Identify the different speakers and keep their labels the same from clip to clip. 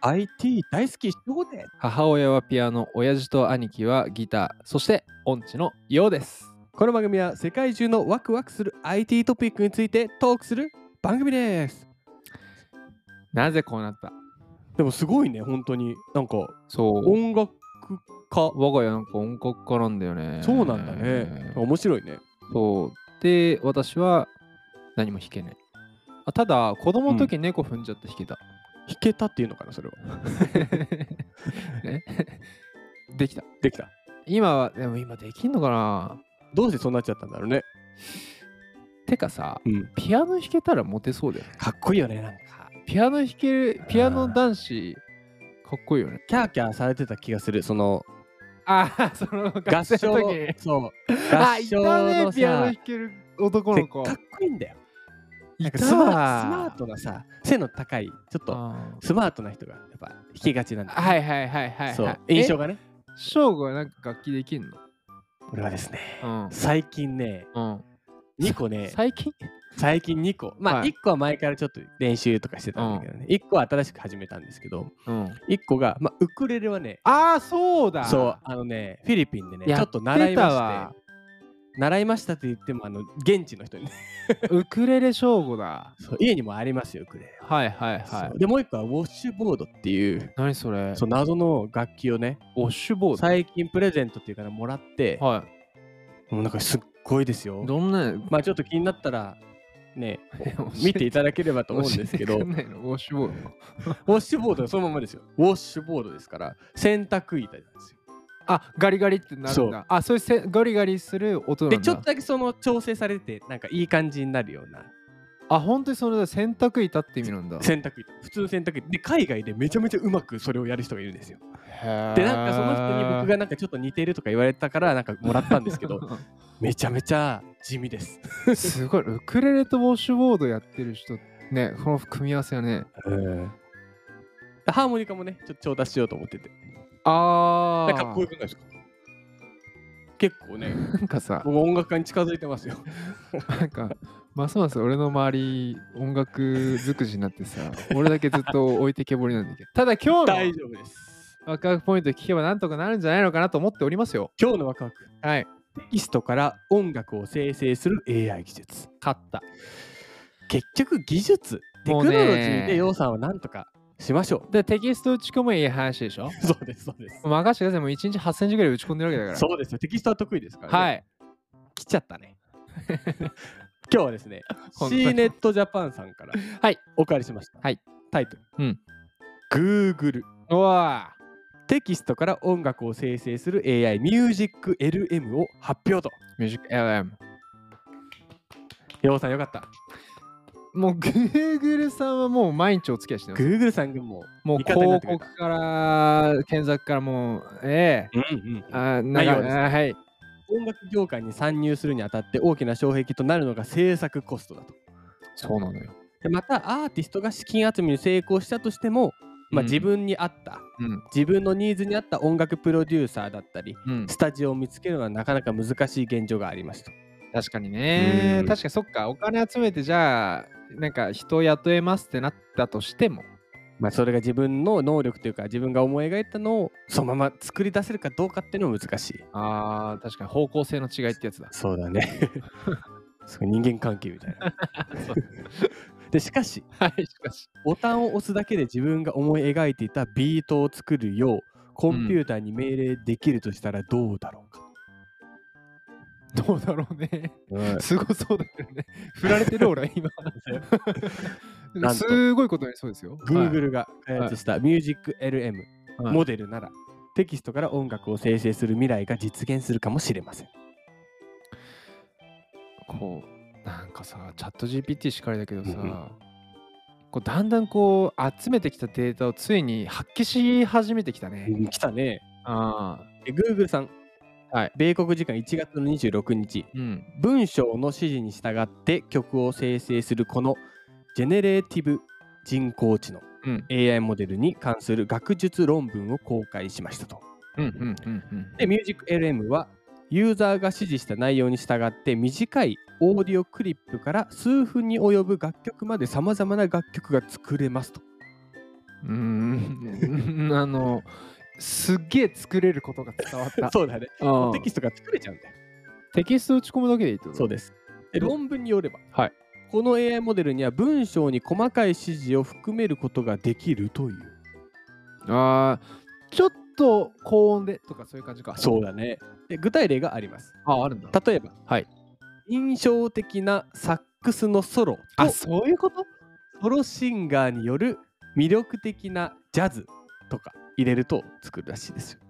Speaker 1: IT 大好きそうで
Speaker 2: 母親はピアノ、親父と兄貴はギター、そして音痴のようです。
Speaker 1: この番組は世界中のワクワクする IT トピックについてトークする番組です
Speaker 2: なぜこうなった
Speaker 1: でもすごいね本当になんか
Speaker 2: そう。
Speaker 1: 音楽家
Speaker 2: 我が家なんか音楽家なんだよね。
Speaker 1: そうなんだね面白いね
Speaker 2: そう。で、私は何も弾けない。あただ、子供の時猫踏んじゃって弾けた。
Speaker 1: 弾けたっていうのかなそれは
Speaker 2: ねできた。
Speaker 1: できた
Speaker 2: 今は、でも今できんのかな
Speaker 1: どうしてそうなっちゃったんだろうね
Speaker 2: てかさ、
Speaker 1: うん
Speaker 2: ピアノ弾けたらモテそうだよね。
Speaker 1: かっこいいよねなんか
Speaker 2: ピアノ弾ける、ピアノ男子、かっこいいよね。
Speaker 1: キャーキャーされてた気がするその
Speaker 2: ああ、 その
Speaker 1: 合
Speaker 2: 学生
Speaker 1: 唱
Speaker 2: の時に。
Speaker 1: そう
Speaker 2: あ、
Speaker 1: 合
Speaker 2: い
Speaker 1: 唱
Speaker 2: たね
Speaker 1: の、
Speaker 2: ピアノ
Speaker 1: さ
Speaker 2: 弾ける男
Speaker 1: で
Speaker 2: の
Speaker 1: か
Speaker 2: 子
Speaker 1: っ。こいいんだよなんか
Speaker 2: いた
Speaker 1: スマスマートなさ背の高いちょっと
Speaker 2: あ
Speaker 1: スマートな人がやっぱ弾きがちなんだ
Speaker 2: ー
Speaker 1: よね
Speaker 2: はいはいはいはいはい。
Speaker 1: そう印象
Speaker 2: が。
Speaker 1: がね
Speaker 2: 翔吾はなんか楽器できんの
Speaker 1: 俺はですね
Speaker 2: うん。
Speaker 1: 最近ね
Speaker 2: うん、
Speaker 1: 2個ね
Speaker 2: 最近
Speaker 1: 最近2個まあ
Speaker 2: はい
Speaker 1: 1個は前からちょっと練習とかしてたんだけどね1個は新しく始めたんですけど
Speaker 2: うん。
Speaker 1: 1個がまあウクレレはね
Speaker 2: ああ、そうだ。
Speaker 1: そうあのねフィリピンでねち
Speaker 2: や
Speaker 1: ょ
Speaker 2: っ
Speaker 1: ってと
Speaker 2: たわ
Speaker 1: 習いまして習いましたって言ってもあの現地の人にね
Speaker 2: ウクレレ翔吾だ。
Speaker 1: そう家にもありますよウクレレ
Speaker 2: はいはいは
Speaker 1: はいい。でもう1個はウォッシュボードっていう
Speaker 2: 何それ
Speaker 1: そう謎の楽器をね
Speaker 2: ウォッシュボー
Speaker 1: 最近プレゼントっていうかなもらって
Speaker 2: ド。は
Speaker 1: もうなんかすっごいですよ
Speaker 2: い。どんな。
Speaker 1: まあちょっと気になったら ね
Speaker 2: 教え
Speaker 1: 見ていただければと思うんですけど
Speaker 2: 教えて
Speaker 1: ウ
Speaker 2: くんないのウォッシュボード。
Speaker 1: ォッシュボードはそのままですよウォッシュボードですから洗濯板なんですよ
Speaker 2: あ、ガリガリってなる
Speaker 1: そ
Speaker 2: ん
Speaker 1: う
Speaker 2: だ。あ、そういうせガリガリする音なんだ。
Speaker 1: でちょっとだけその調整されてなんかいい感じになるような
Speaker 2: あ、本当にそれだ。洗濯板って意味なんだ。
Speaker 1: 洗濯板普通の洗濯板で海外でめちゃめちゃうまくそれをやる人がいるんですよで
Speaker 2: で
Speaker 1: なんかその人に僕がなんかちょっと似てるとか言われたからなんかもらったんですけど めちゃめちゃ地味です、
Speaker 2: すごいウクレレとウォッシュボードやってる人ねこの組み合わせはね
Speaker 1: でハーモニカもねちょっと調達しようと思ってて
Speaker 2: あ
Speaker 1: なん
Speaker 2: ー
Speaker 1: かかっこよくないですか結構 ね
Speaker 2: なんかさ
Speaker 1: 僕音楽家に近づいてますよ
Speaker 2: なんかますます俺の周り音楽尽くしになってさ俺だけずっと置いてけぼりなんだけどただ今 日
Speaker 1: 大
Speaker 2: の
Speaker 1: 丈夫です
Speaker 2: ワクワクポイント聞けばなんとかなるんじゃないのかなと思っておりますよ
Speaker 1: 今日のワクワク
Speaker 2: はい
Speaker 1: テキストから音楽を生成する AI 技術
Speaker 2: 勝った
Speaker 1: 結局技術テク
Speaker 2: も
Speaker 1: ノ
Speaker 2: う
Speaker 1: ロ
Speaker 2: ね
Speaker 1: ジーで予算をなんとかしましょ
Speaker 2: でテキスト打ち込むいい話でしょ
Speaker 1: う そうですそうです
Speaker 2: 任せてくださいもう1日8センチぐらい打ち込んでるわけだから
Speaker 1: そうですよテキストは得意ですから、
Speaker 2: はいい
Speaker 1: 来ちゃったね 今日はですね
Speaker 2: 本当に
Speaker 1: C ネットジャパンさんから
Speaker 2: はい
Speaker 1: お借りしました、
Speaker 2: はい、
Speaker 1: タイトル、
Speaker 2: うん、
Speaker 1: Google
Speaker 2: うわー
Speaker 1: テキストから音楽を生成する AI ミュージック LM を発表と
Speaker 2: ミュージック LM
Speaker 1: ようさんよかった
Speaker 2: もう Google さんはもう毎日お付き合いしてます。
Speaker 1: Google さんがもう
Speaker 2: もう
Speaker 1: 味方になっ
Speaker 2: 広
Speaker 1: てくれた
Speaker 2: 告から検索からもう、ええ
Speaker 1: うんうん
Speaker 2: あー
Speaker 1: 内
Speaker 2: な
Speaker 1: 容
Speaker 2: ん
Speaker 1: で
Speaker 2: か
Speaker 1: す
Speaker 2: あーはい。
Speaker 1: 音楽業界に参入するにあたって大きな障壁となるのが制作コストだと。
Speaker 2: そうなのよ。
Speaker 1: でまたアーティストが資金集めに成功したとしても、まあ、
Speaker 2: うん
Speaker 1: 自分に合った、
Speaker 2: うん。
Speaker 1: 自分のニーズに合った音楽プロデューサーだったり
Speaker 2: うん、
Speaker 1: スタジオを見つけるのはなかなか難しい現状がありますと。
Speaker 2: 確かに
Speaker 1: う
Speaker 2: ね
Speaker 1: ん。
Speaker 2: 確かにそっか、お金集めてじゃあ、なんか人を雇えますってなったとしても、
Speaker 1: まあ、それが自分の能力というか自分が思い描いたのをそのまま作り出せるかどうかっていうのも難しい。
Speaker 2: あー確かに方向性の違いってやつ だ。
Speaker 1: そうだね。 すごい人間関係みたいな。でしかし
Speaker 2: はい、しかし。
Speaker 1: ボタンを押すだけで自分が思い描いていたビートを作るようコンピューターに命令できるとしたらどうだろうか、
Speaker 2: どうだろうね。
Speaker 1: うん
Speaker 2: すごそうだけどね。振られてる俺、今。
Speaker 1: なんと
Speaker 2: すごい ことになりそうですよ。
Speaker 1: Google が開発したミュージック LM
Speaker 2: はい
Speaker 1: モデルなら、テキストから音楽を生成する未来が実現するかもしれません。
Speaker 2: こうなんかさチャット GPT しかりだけどさ、
Speaker 1: うんうん
Speaker 2: こうだんだんこう集めてきたデータをついに発揮し始めてきたね。
Speaker 1: 来たね。
Speaker 2: あ
Speaker 1: え Google さん、
Speaker 2: はい
Speaker 1: 米国時間1月の26日、
Speaker 2: ーうん、
Speaker 1: 文章の指示に従って曲を生成するこのジェネレーティブ人工知能、
Speaker 2: うん
Speaker 1: AI モデルに関する学術論文を公開しましたと。
Speaker 2: うんうんうんうん
Speaker 1: で、ミュージック LM はユーザーが指示した内容に従って短いオーディオクリップから数分に及ぶ楽曲までさまざまな楽曲が作れますと。
Speaker 2: うーん あのすっげえ作れることが伝わった
Speaker 1: そうだね。
Speaker 2: うん
Speaker 1: テキストが作れちゃうんだよ。
Speaker 2: テキスト打ち込むだけでいいってこと
Speaker 1: そうです。で
Speaker 2: ど
Speaker 1: 論文によれば、
Speaker 2: はい
Speaker 1: この AI モデルには文章に細かい指示を含めることができるという。
Speaker 2: あーちょっと高音でとかそういう感じか
Speaker 1: そうだね。で具体例があります。
Speaker 2: ああるんだ
Speaker 1: 例えば、
Speaker 2: はい
Speaker 1: 印象的なサックスのソロと
Speaker 2: あそういうこと
Speaker 1: ソロシンガーによる魅力的なジャズとか入れると作るらしいですよ。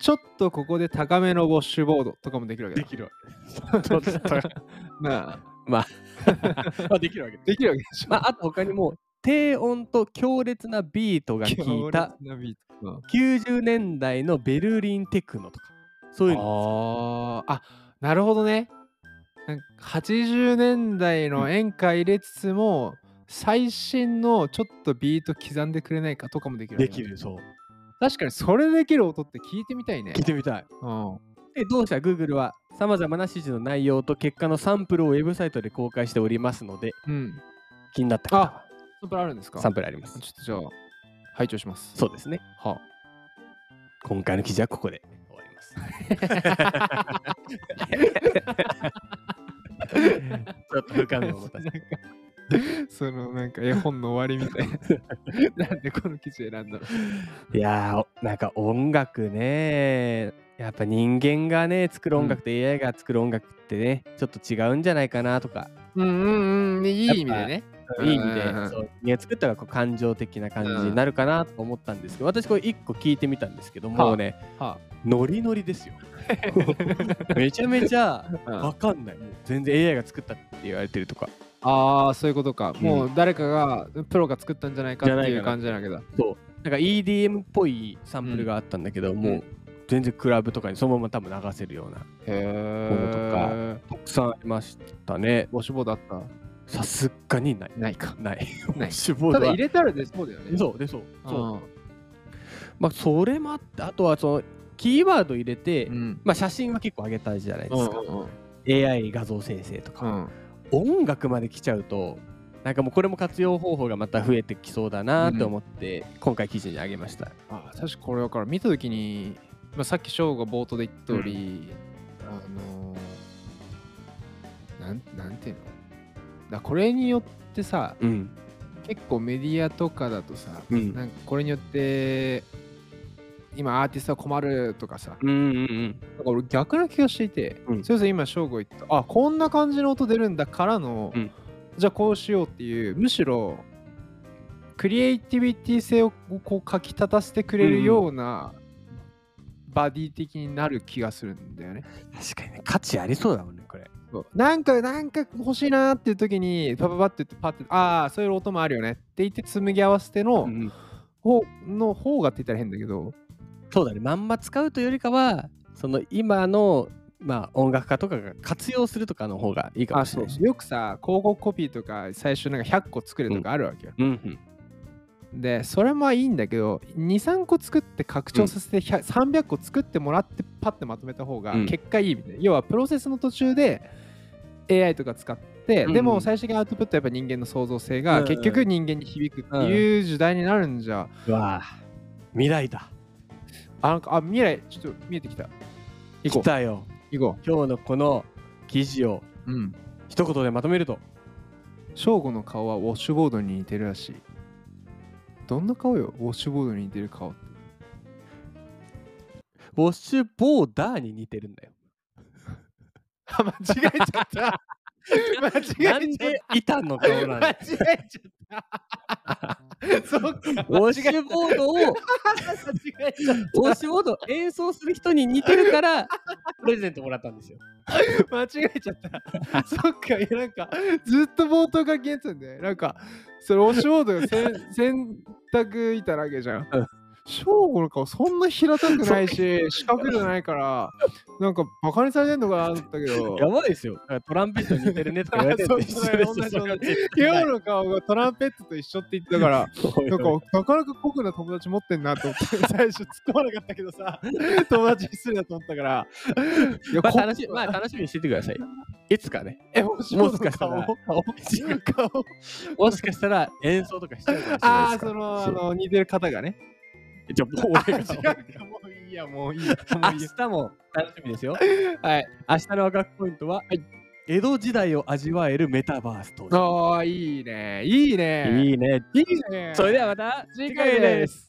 Speaker 2: ちょっとここで高めのウォッシュボードとかもできるわけだ
Speaker 1: きるわけです。
Speaker 2: なあ
Speaker 1: ま あできるわけです。
Speaker 2: できるわけでしょ
Speaker 1: まあ、あと他にも低音と強烈なビートが効い た
Speaker 2: 強烈なビートうん
Speaker 1: 90年代のベルリンテクノとかそういうの
Speaker 2: あーあなるほどねなんか80年代の演歌入れつつも、最新のちょっとビート刻んでくれないかとかもできるわけ
Speaker 1: で
Speaker 2: だ
Speaker 1: きるそう
Speaker 2: 確かにそれできる音って聞いてみたいね
Speaker 1: 聞いてみたい
Speaker 2: うん
Speaker 1: で同社 Google はさまざまな指示の内容と結果のサンプルをウェブサイトで公開しておりますので
Speaker 2: うん
Speaker 1: 気になった方は
Speaker 2: サンプルあるんですか
Speaker 1: サンプルあります
Speaker 2: ちょっとじゃあ拝聴しま す
Speaker 1: そうですね
Speaker 2: は
Speaker 1: 今回の記事はここで終わりますちょっと不可能を持たせて
Speaker 2: そのなんか絵本の終わりみたい ななんでこの記事選んだの
Speaker 1: いやーおなんか音楽ねやっぱ人間がね作る音楽と AI が作る音楽ってね、ちょっと違うんじゃないかなとか、
Speaker 2: うんうんうんいい
Speaker 1: 意味でね
Speaker 2: うん
Speaker 1: いい意味で
Speaker 2: うんうん
Speaker 1: そう人間作ったらこう感情的な感じになるかなとか思ったんですけど、私これ一個聞いてみたんですけど
Speaker 2: はあ
Speaker 1: もうね、
Speaker 2: は
Speaker 1: ノリノリです よめちゃめちゃわかんないもう全然 AI が作ったって言われてるとか
Speaker 2: ああそういうことか、
Speaker 1: うん
Speaker 2: もう誰かがプロが作ったんじゃないか
Speaker 1: じゃ
Speaker 2: っ
Speaker 1: な
Speaker 2: て
Speaker 1: い
Speaker 2: い
Speaker 1: か
Speaker 2: う
Speaker 1: な
Speaker 2: 感じなわけだ
Speaker 1: そうなんか EDM っぽいサンプルがあったんだけど、もう全然クラブとかにそのまま多分流せるような
Speaker 2: へえ
Speaker 1: たくさんありましたね
Speaker 2: ウォッシュボードあった
Speaker 1: さすがにない。
Speaker 2: ないか
Speaker 1: ない。
Speaker 2: ない
Speaker 1: 志望
Speaker 2: た
Speaker 1: 度は
Speaker 2: だ入れたらでそうだよねう
Speaker 1: そう、で、そう。そう。
Speaker 2: そ
Speaker 1: まあ、それもあって、あとは、その、キーワード入れて、
Speaker 2: うん
Speaker 1: まあ、写真は結構上げたじゃないですか。
Speaker 2: うんうん
Speaker 1: AI 画像生成と
Speaker 2: う
Speaker 1: か。
Speaker 2: ん
Speaker 1: 音楽まで来ちゃうと、なんかもうこれも活用方法がまた増えてきそうだなと思って、今回記事に上げました。
Speaker 2: あ確かこれだから見た時に、まあ、さっき翔が冒頭で言った通り、あのーなんなんていうのだこれによってさ
Speaker 1: うん。
Speaker 2: 結構メディアとかだとさ、
Speaker 1: うん
Speaker 2: なんかこれによって今アーティストは困るとかさ、
Speaker 1: うんうん
Speaker 2: なんか俺逆な気がしていて、
Speaker 1: うん
Speaker 2: それこそ今翔吾言ったあこんな感じの音出るんだからの、
Speaker 1: うん
Speaker 2: じゃあこうしようっていうむしろクリエイティビティ性をこうかき立たせてくれるようなバディ的になる気がするんだよね。
Speaker 1: 確かにね、価値ありそうだもんね、これ。
Speaker 2: なんかなんか欲しいなーっていう時にパパパって言ってパッてああそういう音もあるよねって言って紡ぎ合わせての,、
Speaker 1: うん
Speaker 2: 方の方がって言ったら変だけど
Speaker 1: そうだね、まんま使うというよりかは、その今の、まあ、音楽家とかが活用するとかの方がいいかも
Speaker 2: あ
Speaker 1: し
Speaker 2: そ
Speaker 1: れ
Speaker 2: う
Speaker 1: ない。
Speaker 2: よくさ広告コピーとか最初なんか100個作るとかあるわけよ。
Speaker 1: うんうん、
Speaker 2: でそれもいいんだけど23個作って拡張させて、100 300個作ってもらってパッてまとめた方が
Speaker 1: うん
Speaker 2: 結果いいみたいな、要はプロセスの途中で AI とか使って、
Speaker 1: うん
Speaker 2: でも最終的なアウトプットはやっぱ人間の創造性が
Speaker 1: うん
Speaker 2: 結局人間に響くっていう時代になるんじゃ、
Speaker 1: うわあ未来だ
Speaker 2: あなんかあ未来ちょっと見えてきた行こ
Speaker 1: 来
Speaker 2: う
Speaker 1: たよ
Speaker 2: 行こ
Speaker 1: 今日のこの記事を
Speaker 2: ううん
Speaker 1: 一言でまとめると
Speaker 2: 正吾の顔はウォッシュボードに似てるらしいどんな顔よウォッシュボードに似てる顔って
Speaker 1: ウォッシュボーダーに似てるんだよ
Speaker 2: あ間違えちゃった 間違えちゃ
Speaker 1: な
Speaker 2: った
Speaker 1: んで板の顔なん
Speaker 2: 間違
Speaker 1: だ
Speaker 2: えちゃ った。そうか。
Speaker 1: ウォッシュボードを
Speaker 2: 間違えちゃっ
Speaker 1: ウォッシュボードを演奏する人に似てるからプレゼントもらったんですよ
Speaker 2: た。間違えちゃった。そっか。いやなんかずっと冒頭から 消えてたんで、なんかそれオシュボードがせん洗濯板なわけじゃん
Speaker 1: うん。
Speaker 2: 翔吾の顔そんな平たくないし四角じゃないからなんかバカにされてんのかなと思ったけど
Speaker 1: やばいですよ。だからトランペット似てるねとか言われてるのと一緒です
Speaker 2: そうそう
Speaker 1: それは絶対
Speaker 2: 今日の顔がトランペットと一緒って言ってたからなんかなかなか酷な友達持ってんなと思って最初突っ込まなかったけどさ友達に失礼だと思ったからいや
Speaker 1: まあ
Speaker 2: こ
Speaker 1: 楽し、まあ、楽しみにしててください。いつかね。
Speaker 2: えもし
Speaker 1: もしかしたら
Speaker 2: 顔顔顔
Speaker 1: もしかしたら演奏とかしちゃうかもしれない
Speaker 2: あ
Speaker 1: です
Speaker 2: あ
Speaker 1: から
Speaker 2: そのあ
Speaker 1: そう
Speaker 2: の似てる方がね
Speaker 1: じゃあもう
Speaker 2: あ
Speaker 1: 俺
Speaker 2: 違う
Speaker 1: が
Speaker 2: かもういいやもう いいやもういい
Speaker 1: 明日も楽しみですよ。
Speaker 2: やはい
Speaker 1: 明日のワクワクポイントは、江戸時代を味わえるメタバースと。
Speaker 2: ああいいねいいね
Speaker 1: いいね。
Speaker 2: いいね
Speaker 1: それではまた
Speaker 2: 次回です